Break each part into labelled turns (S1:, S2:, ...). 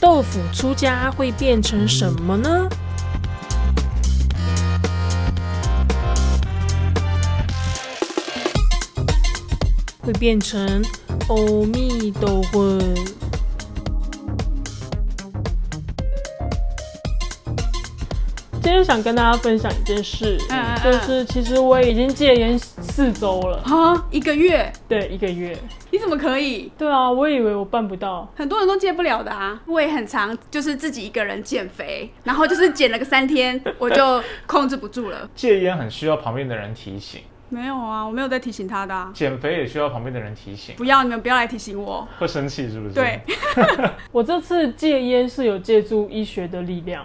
S1: 破釜出家会变成什么呢？会变成欧米斗魂。今天想跟大家分享一件事，
S2: 嗯嗯嗯
S1: 就是其实我已经戒烟四周 了，
S2: 啊，一个月，
S1: 对，一个月。
S2: 你怎么可以？
S1: 对啊，我以为我办不到，
S2: 很多人都戒不了的啊，我也很常就是自己一个人减肥，然后就是减了个三天， 我就控制不住了。
S3: 戒烟很需要旁边的人提醒，
S2: 没有啊，我没有在提醒他的、啊，
S3: 减肥也需要旁边的人提醒，
S2: 不要你们不要来提醒我。
S3: 会生气是不是？
S2: 对，
S1: 我这次戒烟是有借助医学的力量，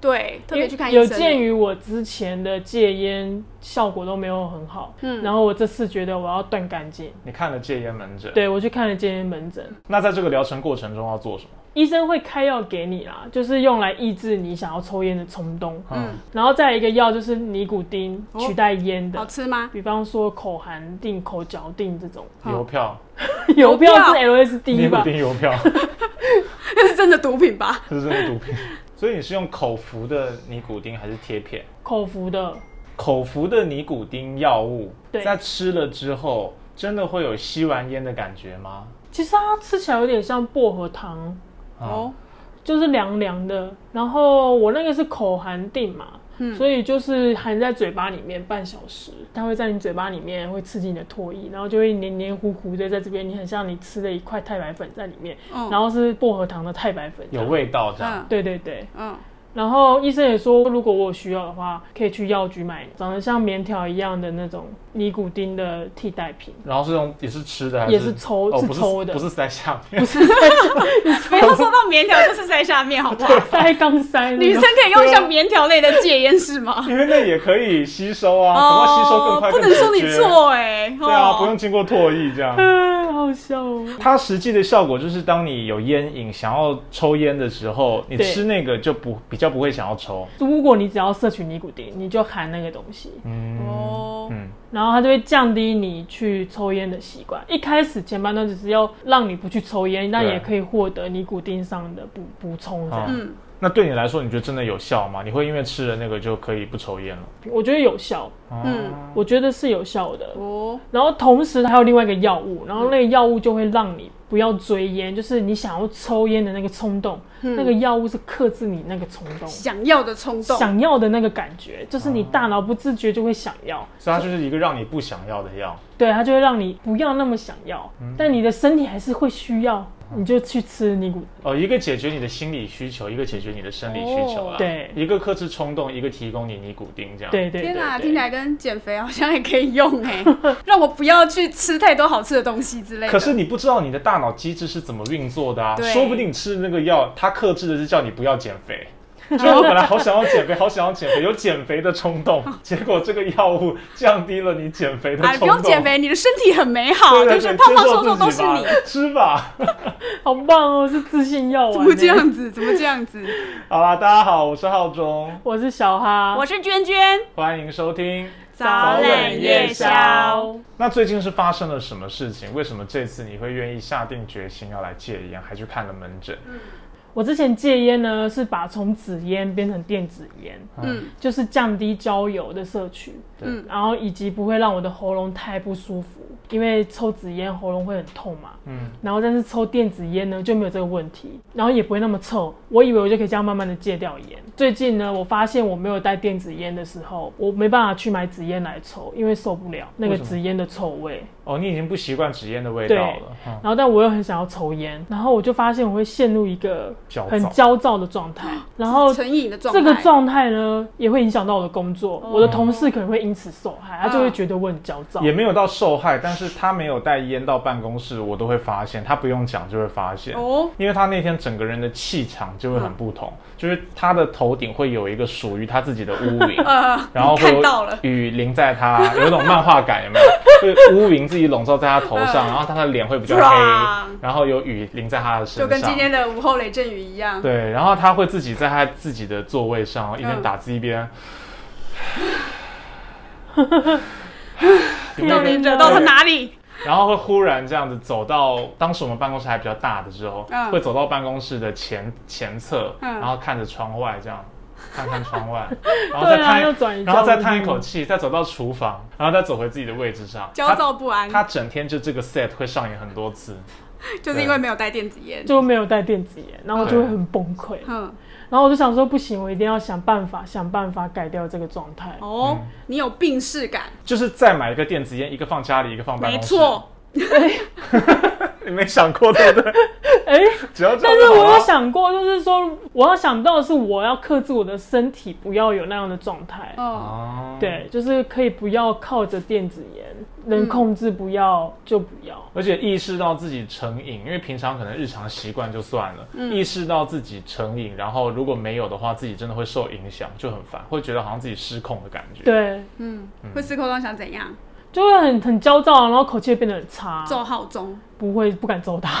S2: 对，特别去看医
S1: 有
S2: 生。
S1: 鉴于我之前的戒烟效果都没有很好，
S2: 嗯
S1: 然后我这次觉得我要断干净，
S3: 你看了戒烟门诊，
S1: 对我去看了戒烟门诊，
S3: 那在这个疗程过程中要做什么？
S1: 医生会开药给你啦，就是用来抑制你想要抽烟的冲动，
S2: 嗯，
S1: 然后再一个药就是尼古丁
S2: 哦
S1: 取代烟的，
S2: 好吃吗？
S1: 比方说口含定、口嚼定这种，
S2: 好
S3: 邮票，
S1: 邮票是
S3: 尼
S1: LSD
S3: 古
S1: 吧？
S3: 丁邮票，
S2: 这是真的毒品吧？
S3: 这是真的毒品。所以你是用口服的尼古丁还是贴片？
S1: 口服的，
S3: 口服的尼古丁药物，
S1: 对
S3: 在吃了之后，真的会有吸完烟的感觉吗？
S1: 其实它吃起来有点像薄荷糖，
S3: 啊
S2: 哦，
S1: 就是凉凉的。然后我那个是口含定嘛，
S2: 嗯
S1: 所以就是含在嘴巴里面半小时，它会在你嘴巴里面会刺激你的唾液，然后就会黏黏糊糊的在这边，你很像你吃了一块太白粉在里面，
S2: 嗯
S1: 然后是薄荷糖的太白粉，
S3: 有。味道这样。
S2: 嗯
S1: 对对对，
S2: 嗯，
S1: 然后医生也说，如果我有需要的话，可以去药局买长得像棉条一样的那种尼古丁的替代品，
S3: 然后是用也是吃的还
S1: 也是抽
S3: 哦
S1: 是
S3: 不是
S1: 抽的
S3: 不是塞下面，
S2: 不要说到棉条就是在下面 好不好？
S1: 塞刚塞那种。
S2: 哦女生可以用像棉条类的戒烟是吗？
S3: 因为那也可以吸收 啊，恐怕吸收更快。
S2: 哦不能
S3: 更直
S2: 说你
S3: 接
S2: 错哎、哦
S3: 对啊，不用经过唾液这样。
S1: 哎， 好笑哦。
S3: 它实际的效果就是，当你有烟瘾想要抽烟的时候，你
S1: 对
S3: 吃那个就不比较不会想要抽。
S1: 如果你只要摄取尼古丁，你就含那个东西，
S3: 嗯
S2: 哦，
S3: 嗯，
S1: 然后它就会降低你去抽烟的习惯。一开始前半段只是要让你不去抽烟，但
S3: 对
S1: 也可以获得尼古丁上的补补充。这样，
S3: 嗯
S2: 嗯，
S3: 那对你来说，你觉得真的有效吗？你会因为吃了那个就可以不抽烟了？
S1: 我觉得有效，
S2: 嗯
S3: 嗯，
S1: 我觉得是有效的。
S2: 哦，
S1: 然后同时还有另外一个药物，然后那个药物就会让你不要追烟，就是你想要抽烟的那个冲动，那个药物是克制你那个冲动。
S2: 想要的冲动，
S1: 想要的那个感觉，就是你大脑不自觉就会想要，
S3: 所以它就是一个让你不想要的药。
S1: 对，它就会让你不要那么想要，但你的身体还是会需要，你就去吃尼古。
S3: 哦，一个解决你的心理需求，一个解决你的生理需求
S2: 哦
S3: 啊。
S1: 对
S3: 一个克制冲动，一个提供你尼古丁这样。，
S1: 对对对
S2: 天哪、
S1: 对
S2: 听起来跟减肥好像也可以用 哎、让我不要去吃太多好吃的东西之类的。
S3: 可是你不知道你的大脑机制是怎么运作的啊，
S2: 对
S3: 说不定吃那个药，它克制的是叫你不要减 肥。就我本来好想要减肥，好想要减肥，有减肥的冲 动，结果这个药物降低了你减肥的
S2: 啊，
S3: 冲
S2: 你不
S3: 动。
S2: 用减，肥，你的身体很美好，
S3: 对
S2: 就
S3: 对
S2: 是
S3: 对，
S2: 胖
S3: 接
S2: 胖
S3: 受
S2: 瘦
S3: 自
S2: 瘦
S3: 己
S2: 都是
S3: 吧
S2: 你。
S3: 吃吧。
S1: 好棒哦，是自信药
S2: 怎
S1: 丸。欸
S2: 么这？样子？怎么这样子？
S3: 好啦，大家好，我是浩中，
S1: 我是小哈，
S2: 我是娟娟，
S3: 欢迎收听。
S2: 早
S3: 冷夜宵
S2: 宵。
S3: 那最近是发生了什么事情？为什么这次你会愿意下定决心要来戒烟，还去看了门诊？
S2: 嗯
S1: 我之前戒烟呢，是把从纸烟变成电子烟，
S2: 嗯
S1: 就是降低焦油的摄取，
S2: 嗯
S1: 然后以及不会让我的喉咙太不舒服，因为抽纸烟喉咙会很痛嘛。
S3: 嗯，
S1: 然后但是抽电子烟呢就没有这个问题，然后也不会那么臭。我以为我就可以这样慢慢的戒掉烟。最近呢，我发现我没有带电子烟的时候，我没办法去买纸烟来抽，因为受不了那个
S3: 为什么
S1: 纸烟的臭味。
S3: 哦，你已经不习惯纸烟的味道
S1: 对
S3: 了。嗯
S1: 然后但我又很想要抽烟，然后我就发现我会陷入一个
S3: 焦躁
S1: 很焦躁的状 态，然后。
S2: 成瘾的状态。哦
S1: 这个状态呢，也会影响到我的工作，我的同事可能会因此受害，
S2: 嗯
S1: 他就会觉得我很焦躁。
S3: 也没有到受害，但是他没有带烟到办公室，我都会发现，他不用讲就会发现。
S2: 哦，嗯
S3: 因为他那天整个人的气场就会很不同，就是他的头顶会有一个属于他自己的乌 云，
S2: 呃，
S3: 然后
S2: 你
S3: 会
S2: 看
S3: 有
S2: 到了，
S3: 雨淋在他，有一种漫画感，有没 有？就是乌云自己笼罩在他头
S2: 嗯
S3: 上，然后他的脸会比较
S2: 唰
S3: 黑，然后有雨淋在他的身
S2: 就
S3: 上，
S2: 跟今天的午后雷阵雨一样。
S3: 对，然后他会自己在他自己的座位上
S2: 嗯
S3: 一边打字一 边。有没有
S2: 到底惹到他哪里？
S3: 然后会忽然这样子走到，当时我们办公室还比较大的时候，
S2: 嗯
S3: 会走到办公室的前前侧，
S2: 嗯
S3: 然后看着窗外这样。看看窗 外，然后
S1: 对啊
S3: 再叹，
S1: 又转移
S3: 然后再
S1: 焦虑
S3: 叹一口气，再走到厨房，然后再走回自己的位置上。
S2: 焦躁不安
S3: 他，他整天就这个 set 会上演很多次。
S2: 就是因为没有带电子烟。
S1: 就没有带电子烟，然后我就会很崩溃。
S2: 嗯，
S1: 然后我就想说，不行，我一定要想办法，想办法改掉这个状态。
S2: 哦，
S3: 嗯
S2: 你有病视感，
S3: 就是再买一个电子烟，一个放家里，一个放办
S2: 没
S3: 公室。
S2: 错，
S3: 你没想过对不对？
S1: 哎、
S3: 只要这
S1: 但
S3: 样
S1: 是
S3: 就好
S1: 我
S3: 了
S1: 有想过，就是说，我要想到的是，我要克制我的身体，不要有那样的状态。
S2: 哦，
S3: 哦，
S1: 对，就是可以不要靠着电子烟，能控制不要就不要。
S3: 而且意识到自己成瘾，因为平常可能日常习惯就算了，
S1: 嗯
S3: 意识到自己成瘾，然后如果没有的话，自己真的会受影响，就很烦，会觉得好像自己失控的感觉。，哦
S1: 对，
S2: 嗯，会思考到想怎样，
S1: 就会很很焦躁，然后口气也变得很差，
S2: 周浩中。
S1: 不会不敢揍 他。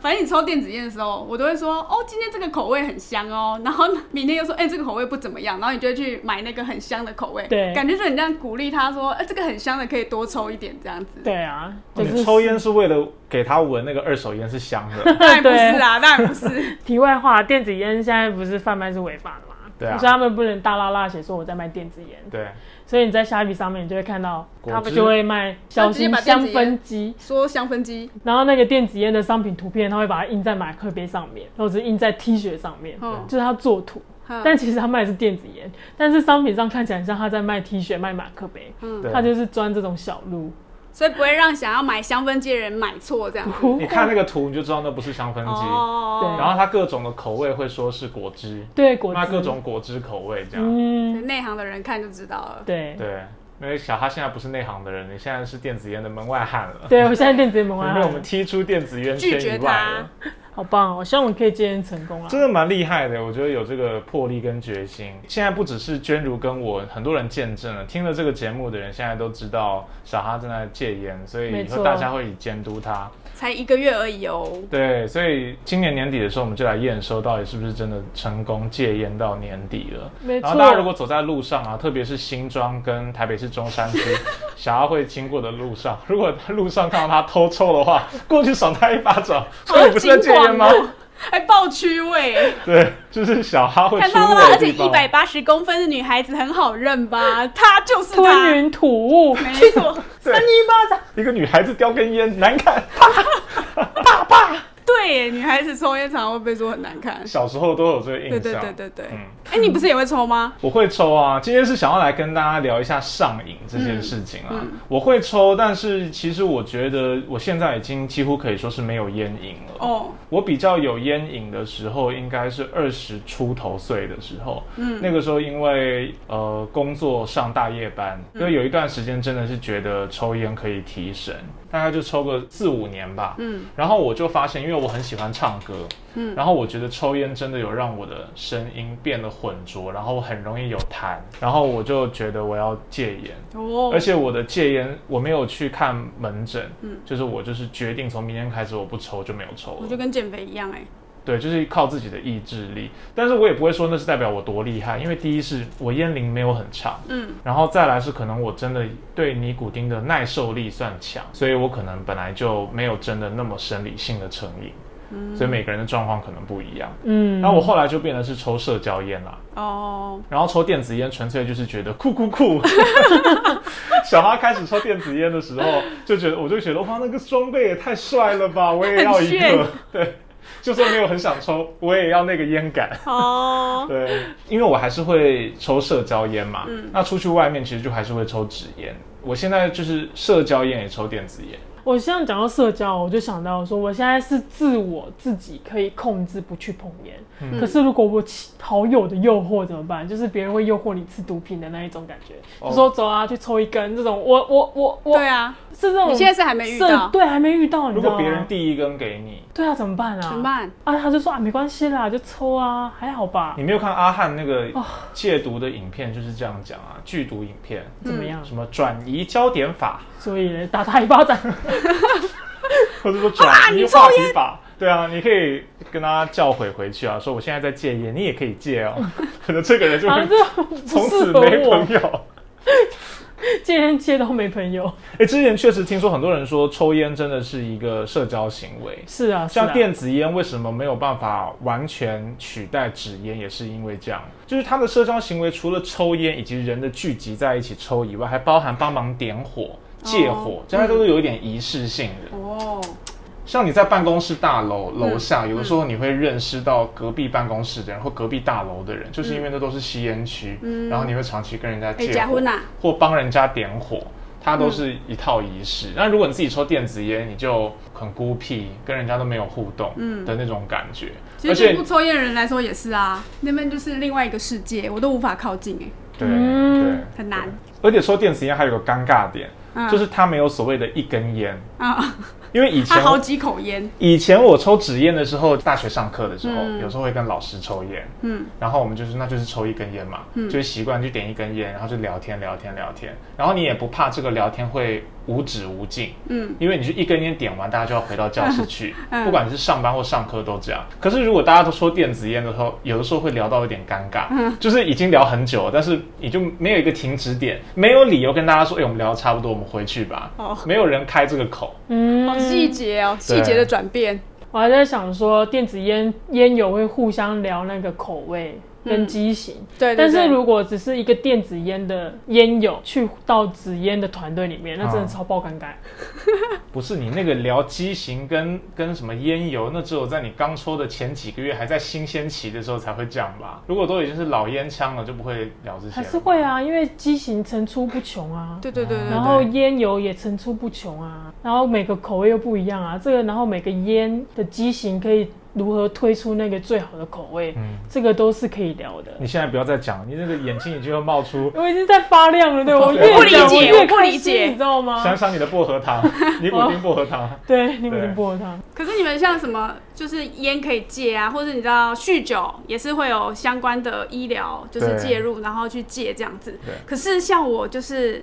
S2: 反正你抽电子烟的时候，我都会说哦，今天这个口味很香哦，然后明天又说哎、这个口味不怎么样，然后你就会去买那个很香的口味，
S1: 对
S2: 感觉就很像鼓励他说，哎、这个很香的可以多抽一点这样子。
S1: 对啊，就
S3: 哦你
S1: 是
S3: 抽烟是为了给他闻那个二手烟是香 的，
S2: 当然不是啊，当然不是。
S1: 题外话，电子烟现在不是贩卖是违法的嘛？
S3: 对啊
S1: 所以他们不能大拉拉写说我在卖电子烟，
S3: 对，嗯
S1: 所以你在虾皮上面你就会看到
S3: 果汁
S1: 他们就会卖小型香氛机，
S2: 说香氛机，
S1: 然后那个电子烟的商品图片，他会把它印在马克杯上面，或者是印在 T 恤上面，
S3: 哦
S2: 嗯
S1: 就是他做图。
S2: 嗯
S1: 但其实他卖的是电子烟，但是商品上看起来很像他在卖 T 恤、卖马克杯，
S3: 对
S1: 他就是钻这种小路。
S2: 所以不会让想要买香氛机的人买错这样 子。
S1: 不
S3: 你看那个图你就知道那不是香氛机，
S1: 对
S2: 哦，
S3: 然后它各种的口味会说是果汁，
S1: 对果
S3: 那
S1: 汁
S3: 各种果汁口味这样，
S1: 嗯，
S2: 内行的人看就知道了。
S1: 对
S3: 对。因为小哈现在不是内行的人，你现在是电子烟的门外汉了，
S1: 对，我现在电子烟门外
S3: 你 被我
S1: 汉
S3: 们，踢出电子烟圈
S2: 拒绝
S3: 以外了
S2: 他。，
S1: 好棒哦！我希望我可以戒烟成功啊！
S3: 真的蛮厉害的，我觉得有这个魄力跟决心。现在不只是娟如跟我，很多人见证了，听了这个节目的人现在都知道小哈正在戒烟，所以
S1: 没
S3: 以
S1: 错
S3: 后大家会以监督他。
S2: 才一个月而已哦。
S3: 对，所以今年年底的时候，我们就来验收到底是不是真的成功戒烟到年底了。
S1: 没
S3: 然后大家
S1: 错
S3: 如果走在路上啊，特别是新庄跟台北市中山 区小哈会经过的路上，如果在路上看到他偷抽的话，过去赏他一巴掌，说你不是在戒烟吗
S1: 啊
S2: 好？精还哎爆区位，
S3: 对，就是小哈会
S2: 看
S3: 出
S2: 到了
S3: 没
S2: 吧？
S3: 的
S2: 而且
S3: 地方。
S2: 一百八十公分的女孩子很好认吧？她就是她，
S1: 吞云吐雾，
S2: 没错，
S3: 对
S1: 扇你一巴掌。
S3: 一个女孩子叼根烟，难看。
S2: 对耶，女孩子抽烟常常会被说很难看。
S3: 小时候都有这个印
S2: 对
S3: 象。
S2: 对对对对，哎、
S3: 嗯
S2: 你不是也会抽吗？
S3: 我会抽啊，今天是想要来跟大家聊一下上瘾这
S2: 嗯
S3: 件事情啊。我会抽，但是其实我觉得我现在已经几乎可以说是没有烟瘾了。
S2: 哦，
S3: 我比较有烟瘾的时候，应该是二十出头岁的时候。嗯，那个时候因为呃工作上大夜班，
S2: 嗯
S3: 所以有一段时间真的是觉得抽烟可以提神，大概就抽个四五年吧。嗯，然后我就发现，因为我很喜欢唱歌，嗯，然后我觉得抽烟真的有让我的声音变得浑浊，然后我很容易有痰，然后我就觉得我要戒烟。
S2: 哦，
S3: 而且我的戒烟，我没有去看门诊，嗯，就是我就是决定从明天开始我不抽就没有抽了。
S2: 我就跟减肥一样、哎，
S3: 对，就是靠自己的意志力。但是我也不会说那是代表我多厉害，因为第一是我烟龄没有很长，
S2: 嗯，
S3: 然后再来是可能我真的对尼古丁的耐受力算强，所以我可能本来就没有真的那么生理性的成瘾，嗯，所以每个人的状况可能不一样。
S1: 嗯，
S3: 然后我后来就变得是抽社交烟啦，
S2: 哦，
S3: 然后抽电子烟纯粹就是觉得酷酷酷。小哈开始抽电子烟的时候，就觉得我就觉得哇，那个装备也太帅了吧，我也要一
S2: 很炫
S3: 个。对，就算没有很想抽，我也要那个烟感。
S2: 哦，
S3: 对，因为我还是会抽社交烟嘛，
S1: 嗯
S3: 那出去外面其实就还是会抽纸烟。我现在就是社交烟也抽电子烟，
S1: 我现在讲到社交，我就想到说，我现在是自我自己可以控制不去碰烟，
S2: 嗯
S1: 可是如果我起好友的诱惑怎么办？就是别人会诱惑你吃毒品的那一种感觉，
S3: 哦
S1: 就说走啊，去抽一根这种，我我我我，
S2: 对啊，
S1: 是这种。
S2: 你现在是还没遇
S1: 社
S2: 到，
S1: 对，还没遇到，你
S3: 如
S1: 知道
S3: 果
S1: 吗
S3: 别人递一根给你，
S1: 对啊，怎么办啊？
S2: 怎么？办？
S1: 啊，他就说啊，没关系啦，就抽啊，还好吧
S3: 你。没有看阿汉那个
S1: 哦
S3: 戒毒的影片就是这样讲啊，剧毒影片，
S1: 怎么样？
S3: 什么转移焦点 法，
S1: 所以呢打他一巴 掌，
S3: 或者说转移话题法。对啊，你可以跟他教诲回去啊，说我现在在戒烟，你也 可以戒哦。可能这个人就
S1: 啊，
S3: 会
S1: 这不
S3: 从此
S1: 适合
S3: 没
S1: 我
S3: 朋。友。
S1: 戒烟戒到没朋友。
S3: 哎、之前确实听说很多人说抽烟真的是一个社交行为，
S1: 是啊，是
S3: 像
S1: 啊。
S3: 电子烟为什么没有办法完全取代纸烟，也是因为这样，就是它的社交行为除了抽烟以及人的聚集在一起抽以外，还包含帮忙点火、借火，
S2: 嗯
S3: 这些都是有一点仪式性的。
S2: 哦，
S3: 像你在办公室大楼楼下，
S2: 嗯
S3: 有的时候你会认识到隔壁办公室的人或隔壁大楼的人，就是因为那都是吸烟区，
S2: 嗯
S3: 然后你会长期跟人家
S2: 哎，
S3: 借
S2: 假
S3: 火
S2: 婚呐，
S3: 或帮人家点火，它都
S2: 嗯
S3: 是一套仪式。那如果你自己抽电子烟，你就很孤僻，跟人家都没有互动的那种感觉，
S2: 嗯其
S3: 而
S2: 实对
S3: 且
S2: 不抽烟的人来说也是啊，那边就是另外一个世界，我都无法靠近哎、
S3: 对
S1: 嗯
S3: 对
S2: 很难。
S3: 而且抽电子烟还有个尴尬点，
S2: 嗯
S3: 就是它没有所谓的一根烟，
S2: 啊，
S3: 因为以
S2: 他
S3: 前
S2: 好几口烟，
S3: 以前我抽纸烟的时候，大学上课的时候，
S2: 嗯
S3: 有时候会跟老师抽烟，
S2: 嗯，
S3: 然后我们就是那就是抽一根烟嘛，
S2: 嗯
S3: 就会习惯就点一根烟，然后就聊天聊天聊天，然后你也不怕这个聊天会无止无尽，
S2: 嗯，
S3: 因为你就一根烟点完，大家就要回到教室去，
S2: 嗯
S3: 不管你是上班或上课都这样。可是如果大家都抽电子烟的时候，有的时候会聊到有点尴尬，
S2: 嗯
S3: 就是已经聊很久了，但是你就没有一个停止点，没有理由跟大家说，哎、我们聊得差不多，我们回去吧，
S2: 哦
S3: 没有人开这个口，
S1: 嗯，
S2: 好细节哦，
S3: 对
S2: 细节的转变，
S1: 我还在想说，电子烟烟友会互相聊那个口味跟
S2: 嗯
S1: 机型，
S2: 对对
S1: 但是
S2: 对
S1: 如果只是一个电子烟的烟友去到紫烟的团队里面，那真的
S3: 嗯
S1: 超爆尴尬。
S3: 不是你那个聊机型跟跟什么烟油，那只有在你刚抽的前几个月还在新鲜期的时候才会这样吧？如果都已经是老烟枪了，就不会聊这些了。
S1: 还是会啊，因为机型层出不穷啊。
S2: 对对对对
S1: 然后烟油也层出不穷啊，然后每个口味又不一样啊，这个然后每个烟的机型可以如何推出那个最好的口味，
S3: 嗯
S1: 这个都是可以聊的。。
S3: 你现在不要再讲，你那个眼睛已经要冒出
S1: 我已经在发亮了，对我
S3: 不
S1: 越
S3: 理
S1: 讲
S3: 解
S1: 越
S2: 我不
S1: 开
S2: 理
S1: 心
S2: 解
S1: 你知道吗？
S3: 想想你的薄荷 糖，尼古丁薄荷
S2: 哦
S3: 糖，
S1: 对，你们
S3: 对
S1: 的薄荷糖，
S2: 可是你们像什么，就是烟可以戒啊，或者你知道酗酒也是会有相关的医疗，就是
S3: 对
S2: 介入，然后去戒这样子
S3: 对。
S2: 可是像我就是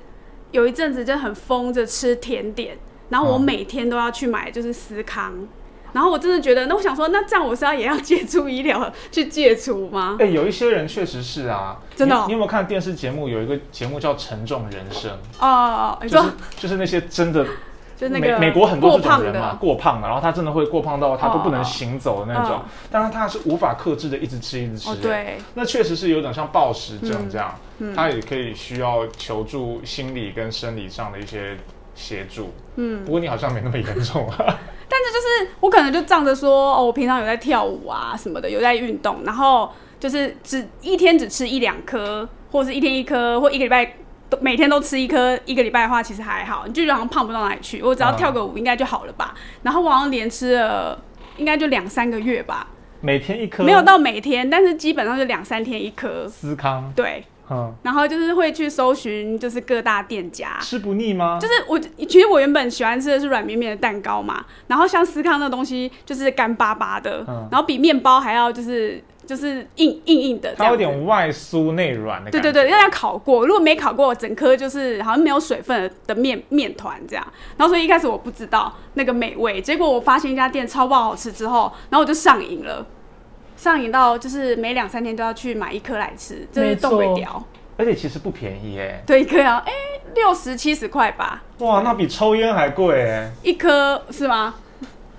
S2: 有一阵子就很疯着吃甜点，然后我
S3: 嗯
S2: 每天都要去买就是司康，然后我真的觉得，那我想说，那这样我是要也要戒除医疗去戒除吗？
S3: 哎、有一些人确实是啊，
S2: 真的哦
S3: 你。你有没有看电视节目？有一个节目叫《沉重人生
S2: 哦哦，哦》，你
S3: 就
S2: 说
S3: 是就是那些真的
S2: 就是那个
S3: 美美国很多
S2: 过
S3: 这种
S2: 胖
S3: 人嘛
S2: 的，，哦
S3: 过胖了，然后他真的会过胖到他都不能行走的那种
S2: 哦哦，
S3: 但是他是无法克制的，一直吃一直吃。
S2: 哦对，
S3: 那确实是有点像暴食症这样，
S2: 嗯
S3: 他也可以需要求助心理跟生理上的一些协助。
S2: 嗯
S3: 不。过你好像没那么严重啊，
S2: 但是就是我可能就仗着说，哦，我平常有在跳舞啊什么的，有在运动，然后就是只一天只吃一两颗，或是一天一颗，或一个礼拜都每天都吃一颗，一个礼拜的话其实还好，你就觉得好像胖不到哪里去，我只要
S3: 嗯
S2: 跳个舞应该就好了吧。然后我好像连吃了应该就两三个月吧，
S3: 每天一颗，
S2: 没有到每天，但是基本上就两三天一颗，
S3: 思康，
S2: 对。
S3: 嗯，
S2: 然后就是会去搜寻，就是各大店家，
S3: 吃不腻吗？
S2: 啊就是我其实我原本喜欢吃的是软绵绵的蛋糕嘛，然后像思康那东西就是干巴巴的，
S3: 嗯
S2: 然后比面包还要就是就是硬硬硬的这
S3: 它有
S2: 样子。
S3: 点外酥内软的
S2: 对
S3: 感
S2: 对
S3: 觉。
S2: 对，要要烤过，如果没烤过，整颗就是好像没有水分的面面团这样。然后所以一开始我不知道那个美味，结果我发现一家店超爆好吃之后，然后我就上瘾了，上瘾到就是每两三天都要去买一颗来吃，就是
S1: 没错
S2: 冻尾条，
S3: 而且其实不便宜哎，
S2: 对，一颗要哎六十七十块吧，
S3: 哇，那比抽烟还贵哎。
S2: 一颗是吗？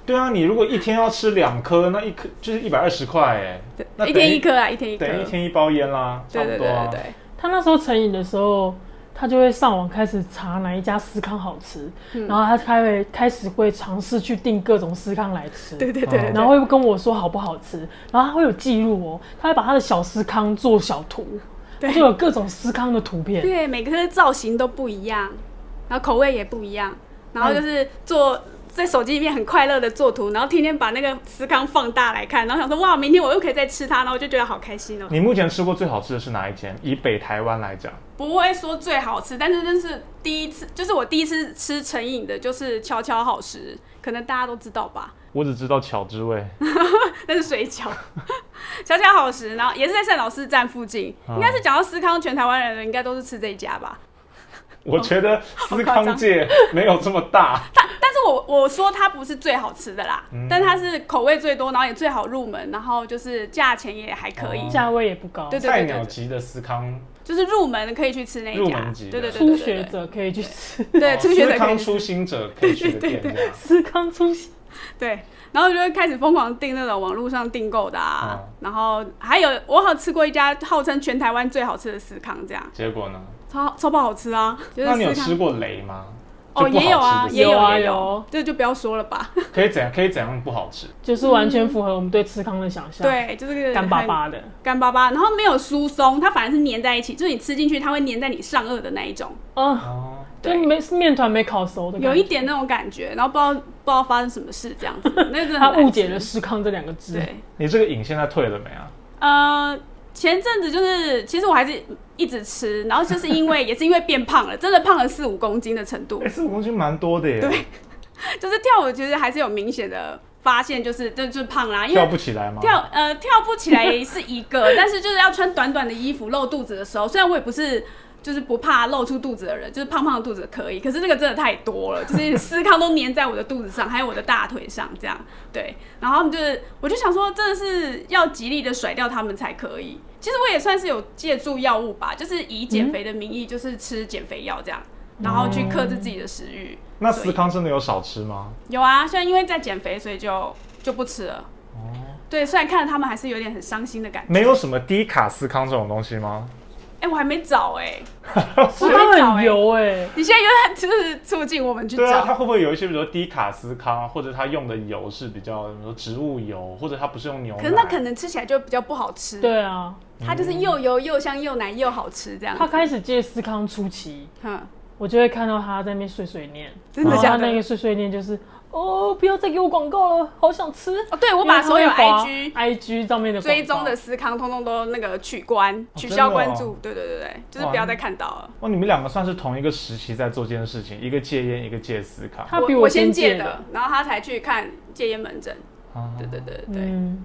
S3: 对啊，你如果一天要吃两颗，那一颗就是一百二十块哎，那
S2: 一
S3: 等于
S2: 天一颗啊，一天一颗，
S3: 等于一天一包烟啦，差
S2: 对
S3: 不
S2: 对
S3: 多
S2: 对
S3: 啊
S2: 对。对，
S1: 他那时候成瘾的时候，他就会上网开始查哪一家司康好吃，
S2: 嗯
S1: 然后他开会开始会尝试去订各种司康来吃，
S2: 对对对对，
S3: 嗯
S1: 然后会跟我说好不好吃，然后他会有记录哦，他会把他的小司康做小图，
S2: 对
S1: 就有各种司康的图片，
S2: 对每个造型都不一样，然后口味也不一样，然后就是做。在手机里面很快乐的做图，然后天天把那个司康放大来看，然后想说哇，明天我又可以再吃它，然后我就觉得好开心哦、
S3: 你目前吃过最好吃的是哪一间？以北台湾来讲，
S2: 不会说最好吃，但是就是第一次，就是我第一次吃成瘾的，就是悄悄好食，可能大家都知道吧。
S3: 我只知道巧之味。
S2: 那是水饺， 小小好食，然后也是在圣老师站附近，
S3: 嗯
S2: 应该是讲到思康，全台湾人应该都是吃这一家吧。
S3: 我觉得思康界没有这么大。
S2: 但是我我说它不是最好吃的啦，但它是口味最多，然后也最好入门，然后就是价钱也还可以。
S3: 哦
S1: 价位也不高，
S2: 对对
S3: 菜鸟级的思康
S2: 就是入门可以去吃那一
S3: 入
S2: 家
S3: 门级，的
S2: 对对对对
S1: 初
S2: 对
S1: 学
S2: 对
S1: 者可以去吃，
S2: 对初学者
S3: 思
S2: 可以
S3: 哦康
S2: 去
S3: 初心者可以去的店这样。
S1: 思康初心
S2: 对，然后就会开始疯狂订那种网络上订购的啊，
S3: 嗯
S2: 然后还有我好吃过一家号称全台湾最好吃的司康，这样
S3: 结果呢？
S2: 超超不好吃啊，就是
S3: 那你有
S2: 司康
S3: 吃过雷吗？
S2: 哦，
S3: 就不好
S2: 也有啊，
S3: 吃的
S2: 也有
S1: 有啊
S2: 也
S1: 有
S2: 这就不要说了吧。
S3: 可以怎样？可以怎样不好吃？
S1: 就是完全符合我们对思康的想象，，
S2: 对，就是很
S1: 干巴巴的，
S2: 干巴巴，然后没有疏松，它反而是粘在一起，就是你吃进去它会粘在你上颚的那一种，
S1: 啊，
S3: 哦，
S1: 就没面团没烤熟的感觉，
S2: 有一点那种感觉，然后不知道不知道发生什么事这样 子，那个真的
S1: 他
S2: 很难
S1: 误解
S2: 吃
S1: 了“思康”这两个字，
S2: 对，
S3: 你这个瘾现在退了没啊？
S2: 呃，前阵子就是，其实我还是一直吃，然后就是因 为也是因为变胖了，真的胖了四五公斤的程度
S3: 哎，，四五公斤蛮多的耶，
S2: 对就是跳舞其实还是有明显的发现，就是就就是胖啦，因
S3: 跳
S2: 为。
S3: 不起来吗？
S2: 跳呃跳不起来也是一 个，但是就是要穿短短的衣服露肚子的时候，虽然我也不是就是不怕露出肚子的人，就是胖胖的肚子可以，可是那个真的太多 了，就是思康都粘在我的肚子上，还有我的大腿上这样。对，然后他们就是我就想说，真的是要极力的甩掉他们才可以。其实我也算是有借助药物吧，就是以减肥的名义，就是吃减肥药这样，然后去克制自己的食欲。
S3: 嗯那
S2: 所以
S3: 思康真的有少吃吗？
S2: 有啊，虽然因为在减肥，所以就就不吃了。对，虽然看着他们还是有点很伤心的感觉。
S3: 没有什么低卡思康这种东西吗？
S2: 哎、我还没找哎、
S1: 思康
S2: 欸
S1: 很油哎、
S2: 你现在又在就是促进我们去
S3: 对啊，
S2: 找。
S3: 它会不会有一些，比如说低卡思康，啊或者它用的油是比较，比如说植物油，或者它不是用牛奶？
S2: 可是那可能吃起来就比较不好吃，，
S1: 对啊，
S2: 它就是又油又香又难又好吃这样
S1: 他。开始戒思康初期，
S2: 嗯，
S1: 我就会看到他在那边碎碎念，
S2: 真的
S1: 然后
S2: 假
S1: 哦他那
S2: 的
S1: 个？碎碎念就是哦，不要再给我广告了，好想吃。
S2: 哦，对，我把所有
S1: 因为他会
S2: IG
S1: 滑 IG 上面的广告
S2: 追踪的思康通通都那个取
S3: 哦
S2: 关、取消关注，对对对对，就是不要再看到了。
S3: 哇，你们两个算是同一个时期在做这件事情，一个戒烟，一个戒思康。
S1: 他比
S2: 我
S1: 先
S2: 先戒
S1: 的，，
S2: 然后他才去看戒烟门诊，
S3: 啊
S2: 对对对对，
S1: 嗯，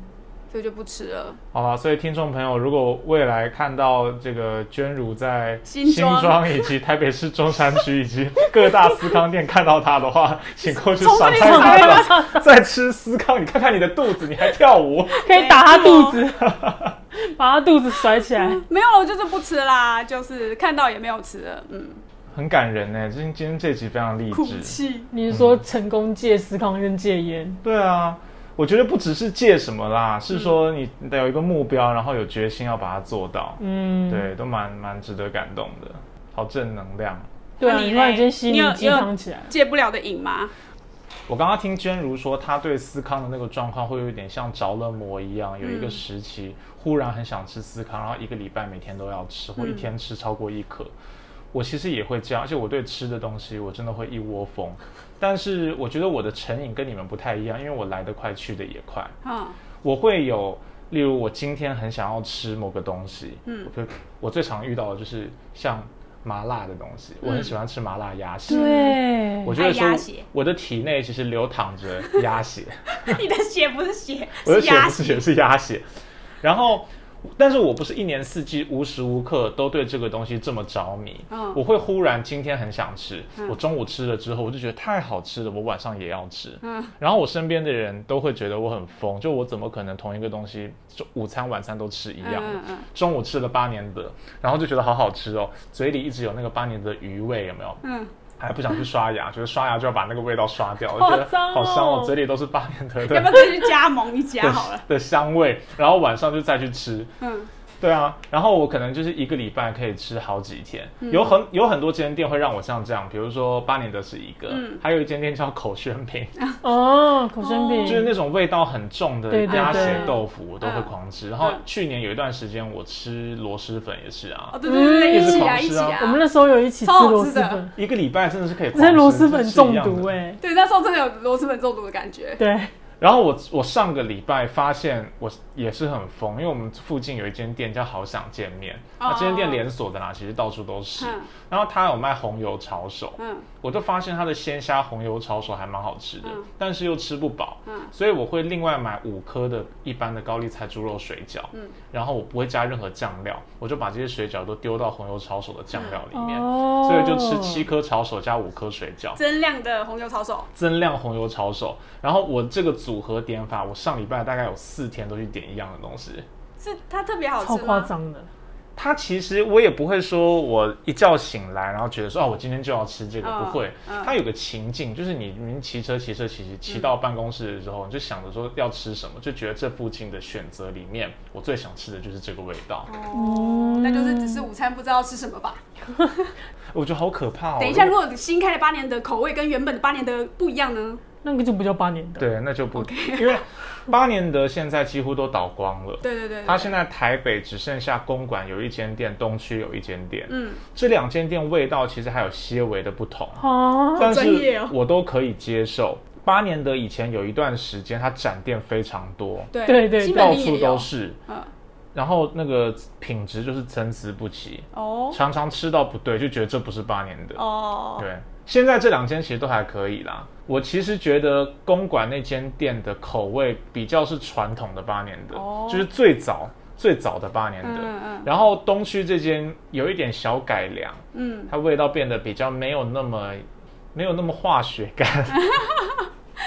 S2: 所以就不吃了。
S3: 好吧，所以听众朋友，如果未来看到这个娟如在
S2: 新庄
S3: 以及台北市中山区以及各大思康店看到她的话， 请过去
S2: 从
S3: 赏
S2: 那里
S3: 看
S2: 赏
S3: 她的，再吃思康，你看看你的肚子，你还跳舞，
S1: 可以打他肚子，把他肚子甩起来。
S2: 没有了，我就是不吃啦，就是看到也没有吃了，嗯，
S3: 很感人呢。今今天这集非常励
S2: 哭
S3: 志，
S2: 泣。
S1: 你是说
S3: 嗯
S1: 成功戒思康跟戒烟，
S3: 对啊。我觉得不只是戒什么啦，是说
S2: 嗯
S3: 你得有一个目标，然后有决心要把它做到，
S1: 嗯，
S3: 对，都蛮蛮值得感动的，好正能量。
S1: 对啊，
S2: 那你
S1: 你
S2: 嘞
S1: 突然间心
S2: 你有
S1: 灵鸡汤起来，
S2: 戒不了的瘾吗？
S3: 我刚刚听娟如说，她对思康的那个状况会有点像着了魔一样，有一个时期、忽然很想吃思康，然后一个礼拜每天都要吃，或一天吃超过一颗。我其实也会这样，而且我对吃的东西我真的会一窝蜂。但是我觉得我的成瘾跟你们不太一样，因为我来得快，去得也快。
S2: 嗯，
S3: 我会有，例如我今天很想要吃某个东西，
S2: 嗯
S3: 我就我最常遇到的就是像麻辣的东西，
S2: 嗯
S3: 我很喜欢吃麻辣鸭血。
S1: 对，
S3: 我觉得
S2: 爱鸭血
S3: 说，我的体内其实流淌着鸭血，
S2: 你的血不是血，
S3: 我的
S2: 是
S3: 血
S2: 鸭
S3: 不是
S2: 血。
S3: 血是鸭血。然后，但是我不是一年四季无时无刻都对这个东西这么着迷。
S2: 嗯
S3: 我会忽然今天很想吃，
S2: 嗯
S3: 我中午吃了之后，我就觉得太好吃了，我晚上也要吃。
S2: 嗯
S3: 然后我身边的人都会觉得我很疯，就我怎么可能同一个东西，就午餐晚餐都吃一样的？
S2: 嗯嗯嗯
S3: 中午吃了八年的，然后就觉得好好吃哦，嘴里一直有那个八年的余味，有没有？
S2: 嗯，
S3: 还不想去刷牙，觉得刷牙就要把那个味道刷掉，我就觉得
S1: 好脏哦
S3: 好香哦，嘴里都是八年的
S2: 要不
S3: 的
S2: 要再去加盟一家好了？
S3: 的香味，然后晚上就再去吃。
S2: 嗯，
S3: 对啊，然后我可能就是一个礼拜可以吃好几天，
S2: 嗯
S3: 有很有很多间店会让我像这样，比如说八年的是一个，
S2: 嗯哎
S3: 还有一间店叫口宣品，
S1: 哦，口生
S2: 嗯
S3: 就是
S1: 病，
S3: 那种味道很重的
S1: 对对
S3: 鸭血
S1: 对
S3: 豆腐，我都会
S2: 嗯
S3: 狂吃。然后
S2: 嗯
S3: 去年有一段时间我吃螺蛳粉也是啊
S2: 哦，，对对对对，
S1: 嗯
S2: 一起啊，
S3: 一
S2: 一
S3: 直狂
S2: 起
S3: 吃啊
S2: 啊。
S1: 我们那时候有一起吃
S2: 超好
S1: 螺
S2: 吃
S1: 蛳
S2: 的
S1: 粉，
S3: 一个礼拜真的是可以狂
S1: 在
S3: 吃。
S1: 螺蛳粉
S3: 这是一
S1: 中
S3: 样
S1: 毒
S3: 的
S1: 哎、
S2: 对，那时候真的有螺蛳粉中毒的感觉。
S1: 对，
S3: 然后我我上个礼拜发现我也是很疯，因为我们附近有一间店叫好想见面，
S2: 哦
S3: 那这间店连锁的啦，其实到处都是。
S2: 嗯
S3: 然后它有卖红油抄手，
S2: 嗯
S3: 我就发现它的鲜虾红油抄手还蛮好吃的，
S2: 嗯
S3: 但是又吃不饱，
S2: 嗯
S3: 所以我会另外买五颗的一般的高丽菜猪肉水饺，
S2: 嗯
S3: 然后我不会加任何酱料，我就把这些水饺都丢到红油抄手的酱料里面，
S1: 哦
S3: 所以就吃七颗抄手加五颗水饺，
S2: 增量的红油抄手，
S3: 增量红油抄手。然后我这个组合点法，我上礼拜大概有四天都去点一样的东西，
S2: 是它特别好
S1: 超
S2: 吃
S1: 夸
S2: 吗？
S1: 张的，
S3: 它其实我也不会说，我一觉醒来，然后觉得说，哦，我今天就要吃这个，
S2: 嗯
S3: 不会
S2: 嗯。
S3: 它有个情境，就是你你骑车骑车骑骑骑到办公室的时候，你就想着说要吃什么，就觉得这附近的选择里面，我最想吃的就是这个味道。
S1: 嗯
S2: 哦，那就是只是午餐不知道吃什么吧。
S3: 我觉得好可怕哦。
S2: 等一下，
S3: 如
S2: 如
S3: 果
S2: 果新开的八年的口味跟原本的八年的不一样呢？
S1: 那个就不叫八年的。
S3: 对，那就不 因为八年的现在几乎都倒光了。
S2: 对对对对
S3: 它现在台北只剩下公馆有一间店，东区有一间店，
S2: 嗯，
S3: 这两间店味道其实还有些微的不同。
S1: 啊，
S3: 但
S2: 专业
S3: 是
S2: 哦
S3: 我都可以接受。八年的以前有一段时间，它展店非常多，
S2: 对
S1: 对对
S2: 基本
S3: 到
S2: 你
S3: 处
S2: 也有
S3: 都，是，
S2: 嗯，
S3: 然后那个品质就是参差不齐，
S2: 哦
S3: 常常吃到不对，就觉得这不是八年的。
S2: 哦，
S3: 对，现在这两间其实都还可以啦。我其实觉得公馆那间店的口味比较是传统的八年的，
S2: 哦
S3: 就是最早最早的八年的。
S2: 嗯嗯
S3: 然后东区这间有一点小改良，
S2: 嗯，
S3: 它味道变得比较没有那么没有那么化学感。
S2: 嗯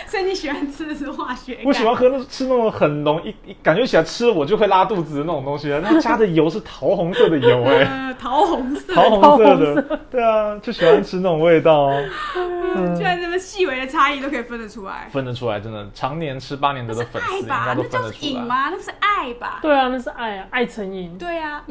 S2: 所以你喜欢吃的是化学 感？
S3: 我喜欢喝那吃那种很浓一一感觉起来吃我就会拉肚子的那种东西， 然后加的油是桃红色的油哎、
S2: 嗯，桃红色，
S3: 桃红色
S1: 桃
S3: 的， 对啊，就喜欢吃那种味道、哦，
S2: 居然这么细微的差异都可以分得出来，
S3: 分得出来，真的，常年吃八年得的粉丝
S2: 爱
S3: 应该
S2: 吧？
S3: 都
S2: 那
S3: 分
S2: 叫
S3: 得
S2: 是
S3: 出
S2: 瘾
S3: 来。
S2: 吗？那是爱吧？
S1: 对啊，那是爱啊，爱成瘾。
S2: 对啊，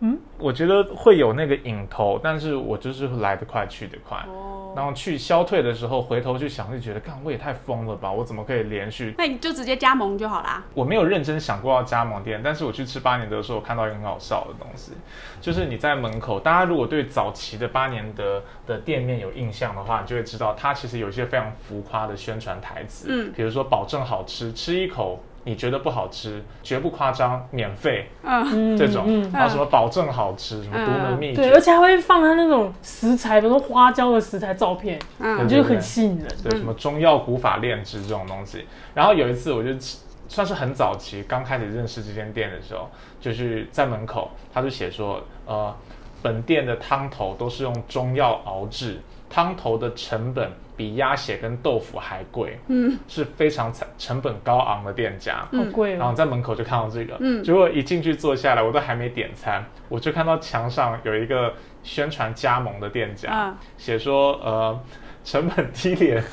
S2: 嗯，
S3: 我觉得会有那个瘾头，但是我就是来得快去得快，
S2: 哦，
S3: 然后去消退的时候回头去想，就觉得干我也太疯了吧，我怎么可以连续？
S2: 那你就直接加盟就好啦。
S3: 我没有认真想过要加盟店，但是我去吃八年德的时候，我看到一个很好笑的东西，就是你在门口，大家如果对早期的八年德的店面有印象的话，你就会知道它其实有一些非常浮夸的宣传台词，
S2: 嗯
S3: 比如说保证好吃，吃一口你觉得不好吃，绝不夸张，免费
S2: 嗯，
S1: 嗯
S3: 这种，
S1: 嗯，
S3: 然后什么保证好吃，什么独门秘
S1: 对，而
S3: 诀，
S1: 且还会放他那种食材，比如说花椒的食材照片，
S2: 嗯
S1: 我觉得很吸引人。
S3: 对什么中药古法炼制这种东西。然后有一次我就吃算是很早期刚开始认识这间店的时候，就是在门口，他就写说，呃，本店的汤头都是用中药熬制，汤头的成本比鸭血跟豆腐还贵，
S2: 嗯，
S3: 是非常成成本高昂的店家。
S1: 好贵
S3: 然
S1: 哦！
S3: 后在门口就看到这个，
S2: 嗯
S3: 结果一进去坐下来，我都还没点餐，我就看到墙上有一个宣传加盟的店家，
S2: 嗯
S3: 写说呃成本低廉，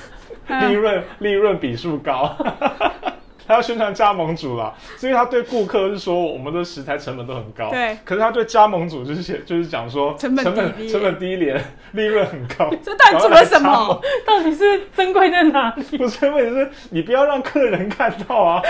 S2: 嗯
S3: 利润利润比数高。 他要宣传加盟主啦，所以他对顾客是说我们的食材成本都很高，
S2: 对
S3: 可是他对加盟主就是写就是讲说
S2: 成本
S3: 成
S2: 低
S3: 本
S2: 廉
S3: 成本低廉， 利润很高。
S2: 这到底做了什么？
S1: 到底是珍贵在哪里？
S3: 不是，问题是你不要让客人看到 啊！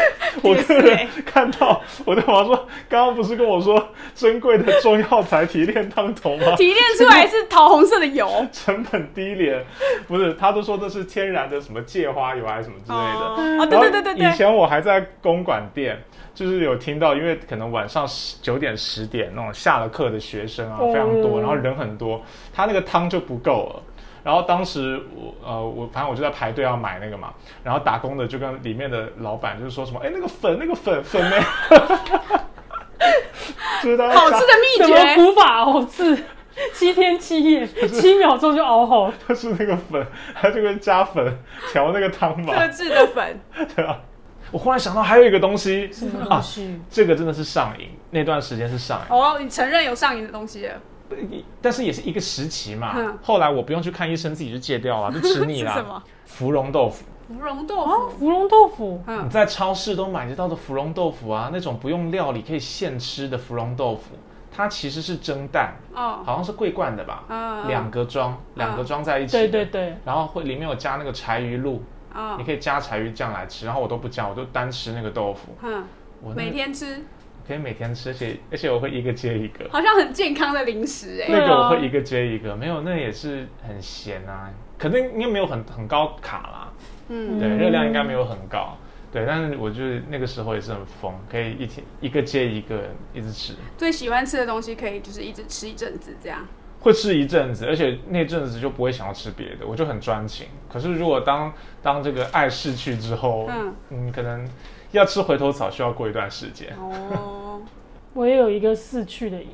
S3: 我
S2: 也是
S3: 客人
S2: 欸
S3: 看到，我对我说，刚刚不是跟我说珍贵的中药材提炼汤头吗？
S2: 提炼出来是桃红色的油，
S3: 成本低廉，不是，他都说这是天然的什么芥花油还是什么之类的。
S2: 哦，对对对对
S3: 然后以
S2: 对，
S3: 前我还在公馆店，就是有听到，因为可能晚上十九点十点那种下了课的学生啊
S1: 哦
S3: 非常多，然后人很多，他那个汤就不够了。然后当时我呃我反正我就在排队要买那个嘛，然后打工的就跟里面的老板就是说什么哎那个粉那个粉粉没， 就是大家
S2: 好吃的秘
S1: 什么
S2: 诀，
S1: 古法熬制， 七天七夜，七秒钟就熬好了。
S3: 就是那个粉，他就跟加粉调那个汤
S2: 特
S3: 嘛，
S2: 制的粉，
S3: 对啊。我忽然想到还有一个东西啊，
S1: 西？
S3: 这个真的是上瘾，那段时间是上瘾。
S2: 哦，你承认有上瘾的东西了，
S3: 但是也是一个时期嘛。
S2: 嗯
S3: 后来我不用去看医生，自己就戒掉了，就吃 腻哦
S2: 是什
S3: 了
S2: 么。
S3: 芙蓉豆腐，
S2: 芙蓉豆
S1: 啊，
S2: 腐，
S1: 芙蓉豆腐，
S3: 你
S2: 嗯，
S3: 在超市都买得到的芙蓉豆腐啊，那种不用料理可以现吃的芙蓉豆腐，它其实是蒸蛋，
S2: 哦，
S3: 好像是桂冠的吧，
S2: 嗯，
S3: 两个装，两个装在一起。
S1: 对对。对，
S3: 然后会里面有加那个柴鱼露，你
S2: 嗯，
S3: 可以加柴鱼酱来吃。然后我都不加，我就单吃那个豆腐。
S2: 嗯，
S3: 我那
S2: 每天吃，
S3: 可以每天吃，而且而且我会一个接一个。
S2: 好像很健康的零食哎、
S1: 对啊
S3: 那个我会一个接一个，没有那也是很咸啊，可能应该没有很很高卡啦，
S2: 嗯，
S3: 对，
S1: 嗯
S3: 热量应该没有很高，对，但是我就是那个时候也是很疯，可以一天一个接一个一直吃，
S2: 最喜欢吃的东西可以就是一直吃一阵子这样。
S3: 会吃一阵子，而且那阵子就不会想要吃别的，我就很专情。可是如果当当这个爱逝去之后，
S2: 嗯
S3: 嗯可能要吃回头草需要过一段时间，
S2: 哦，
S1: 我也有一个逝去的瘾，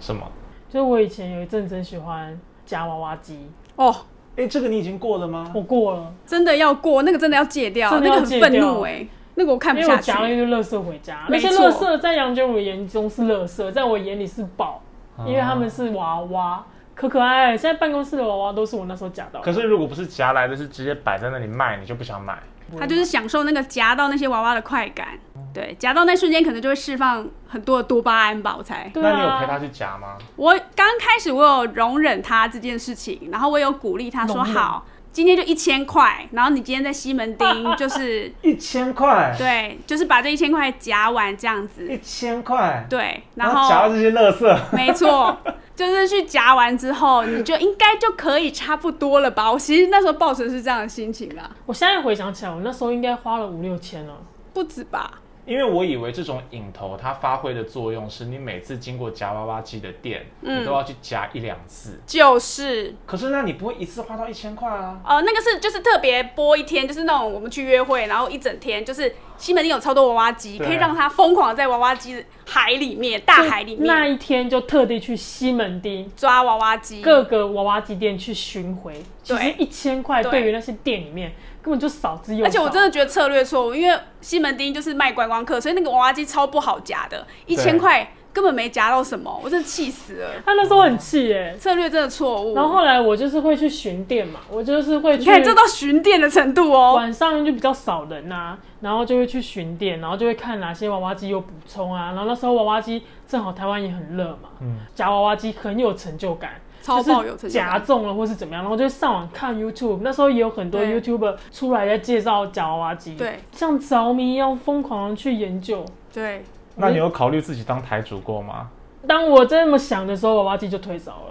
S3: 什么？
S1: 就是我以前有一阵子很喜欢夹娃娃机，
S2: 哦，
S3: 哎，这个你已经过了吗？
S1: 我过了，
S2: 真的要过那个，真的要戒掉，
S1: 真的
S2: 那
S1: 要
S2: 个很愤怒哎、那个我看
S1: 因
S2: 不
S1: 为我
S2: 下去
S1: 夹。了一堆垃圾回家，
S2: 没
S1: 那
S2: 错
S1: 些垃圾在杨娟如眼中是垃圾，在我眼里是宝。因为
S3: 哦
S1: 他们
S3: 啊
S1: 是娃娃，可可爱爱。现在办公室的娃娃都是我那时候夹到的
S3: 可。是如果不是夹来的，是直接摆在那里卖，你就不想买。
S2: 他就是享受那个夹到那些娃娃的快感。对，夹到那瞬间可能就会释放很多的多巴胺吧，我猜。
S1: 对啊，
S3: 那你有陪他去夹吗？
S2: 我刚开始我有容忍他这件事情，然后我有鼓励他说
S1: 容忍
S2: 好，今天就一千块，然后你今天在西门町就是
S3: 一千块，
S2: 对，就是把这一千块夹完这样子。
S3: 一千块，
S2: 对，然
S3: 夹
S2: 后
S3: 到这些垃圾，
S2: 没错，就是去夹完之后，你就应该就可以差不多了吧？我其实那时候抱持是这样的心情啦，
S1: 我现在回想起来，我那时候应该花了五六千哦了。
S2: 不止吧？
S3: 因为我以为这种引头它发挥的作用是，你每次经过夹娃娃机的店，
S2: 嗯
S3: 你都要去夹一两次。
S2: 就是
S3: 可是那你不会一次花到一千块啊？
S2: 哦，那个是就是特别播一天，就是那种我们去约会，然后一整天就是西门町有超多娃娃机，
S3: 对
S2: 可以让他疯狂地在娃娃机海里面、大海里
S1: 那
S2: 面
S1: 一天就特地去西门町
S2: 抓娃娃机。
S1: 各个娃娃机店去巡回。其实
S2: 对
S1: 一千块
S2: 对
S1: 对于那些店里面根本就少之又少。
S2: 而且我真的觉得策略错误，因为西门町就是卖观光客，所以那个娃娃机超不好夹的，一千块根本没夹到什么，我真的气死了。
S1: 他那时候很气耶、
S2: 策略真的错误。
S1: 然后后来我就是会去巡店嘛，我就是会
S2: 你
S1: 去。
S2: 看，这到巡店的程度哦。
S1: 晚上就比较少人呐、然后就会去巡店，然后就会看哪些娃娃机有补充啊。然后那时候娃娃机正好台湾也很热嘛，
S3: 嗯
S1: 夹娃娃机很有成就感，
S2: 超
S1: 就是
S2: 爆有成就感
S1: 夹中了或是怎么样，然后就会上网看 YouTube。那时候也有很多
S2: 对
S1: YouTuber 出来在介绍夹娃娃机，
S2: 对，
S1: 像着迷一样疯狂的去研究。
S2: 对，
S3: 那你有考虑自己当台主过吗？
S1: 当我这么想的时候，娃娃机就退潮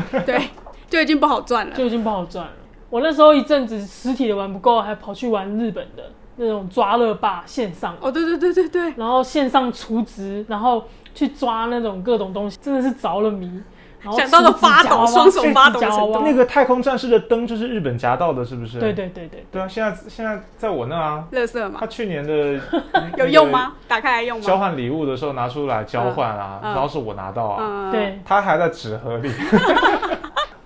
S1: 了，
S2: 对，就已经不好赚了。
S1: 就已经不好赚了。我那时候一阵子实体的玩不够，还跑去玩日本的那种抓乐霸线上。
S2: 哦，对对对对对，
S1: 然后线上除职，然后去抓那种各种东西，真的是着了迷。然后
S2: 想到都
S1: 除职夹
S2: 发抖
S1: 娃娃
S2: 双手发
S1: 除职
S2: 抖的
S1: 夹
S2: 程
S1: 娃
S2: 度
S1: 娃
S3: 那个太空战士的灯就是日本夹到的，是不是？
S1: 对对对对，
S3: 对啊，现在现在在我那啊，
S2: 乐色嘛
S3: 他，去年的
S2: 有用？吗？打开来用
S3: 那个交
S2: 吗？
S3: 换礼物的时候拿出来交换啊，
S2: 嗯嗯
S3: 然后是我拿到啊，
S2: 嗯，
S1: 对，
S3: 他还在纸盒里。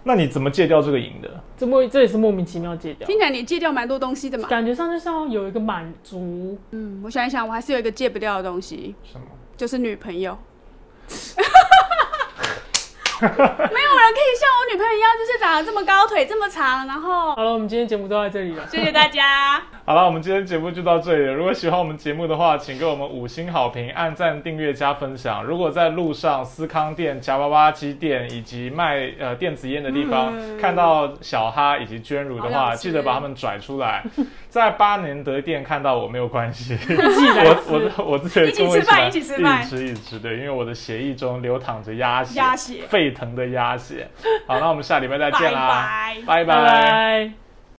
S3: 那你怎么戒掉这个瘾的？
S1: 这莫这也是莫名其妙戒掉，
S2: 听起来你戒掉蛮多东西的嘛。
S1: 感觉上就是要有一个满足。
S2: 嗯，我想一想，我还是有一个戒不掉的东西，
S3: 什么？
S2: 就是女朋友。没有人可以像我女朋友一样，就是长得这么高，腿这么长，然后
S1: 好了，我们今天节目都到这里了，
S2: 谢谢大家，
S3: 好了，我们今天节目就到这里了。如果喜欢我们节目的话，请给我们五星好评、按赞、订阅、加分享。如果在路上、思康店、夹娃娃机店以及卖呃电子烟的地方、
S2: 嗯
S3: 看到小哈以及娟如的
S2: 好
S3: 话，
S2: 想吃
S3: 记得把他们拽出来。在八年德店看到我没有关系，
S1: 起来
S3: 我我的我自己的
S2: 一起
S3: 中文
S2: 吃饭
S3: 来
S2: 一起吃饭
S3: 一起吃一起吃，对，因为我的血液中流淌着鸭血，
S2: 鸭血
S3: 沸腾的鸭血。好，那我们下礼拜再见啦，
S2: 拜
S3: 拜
S1: 拜拜。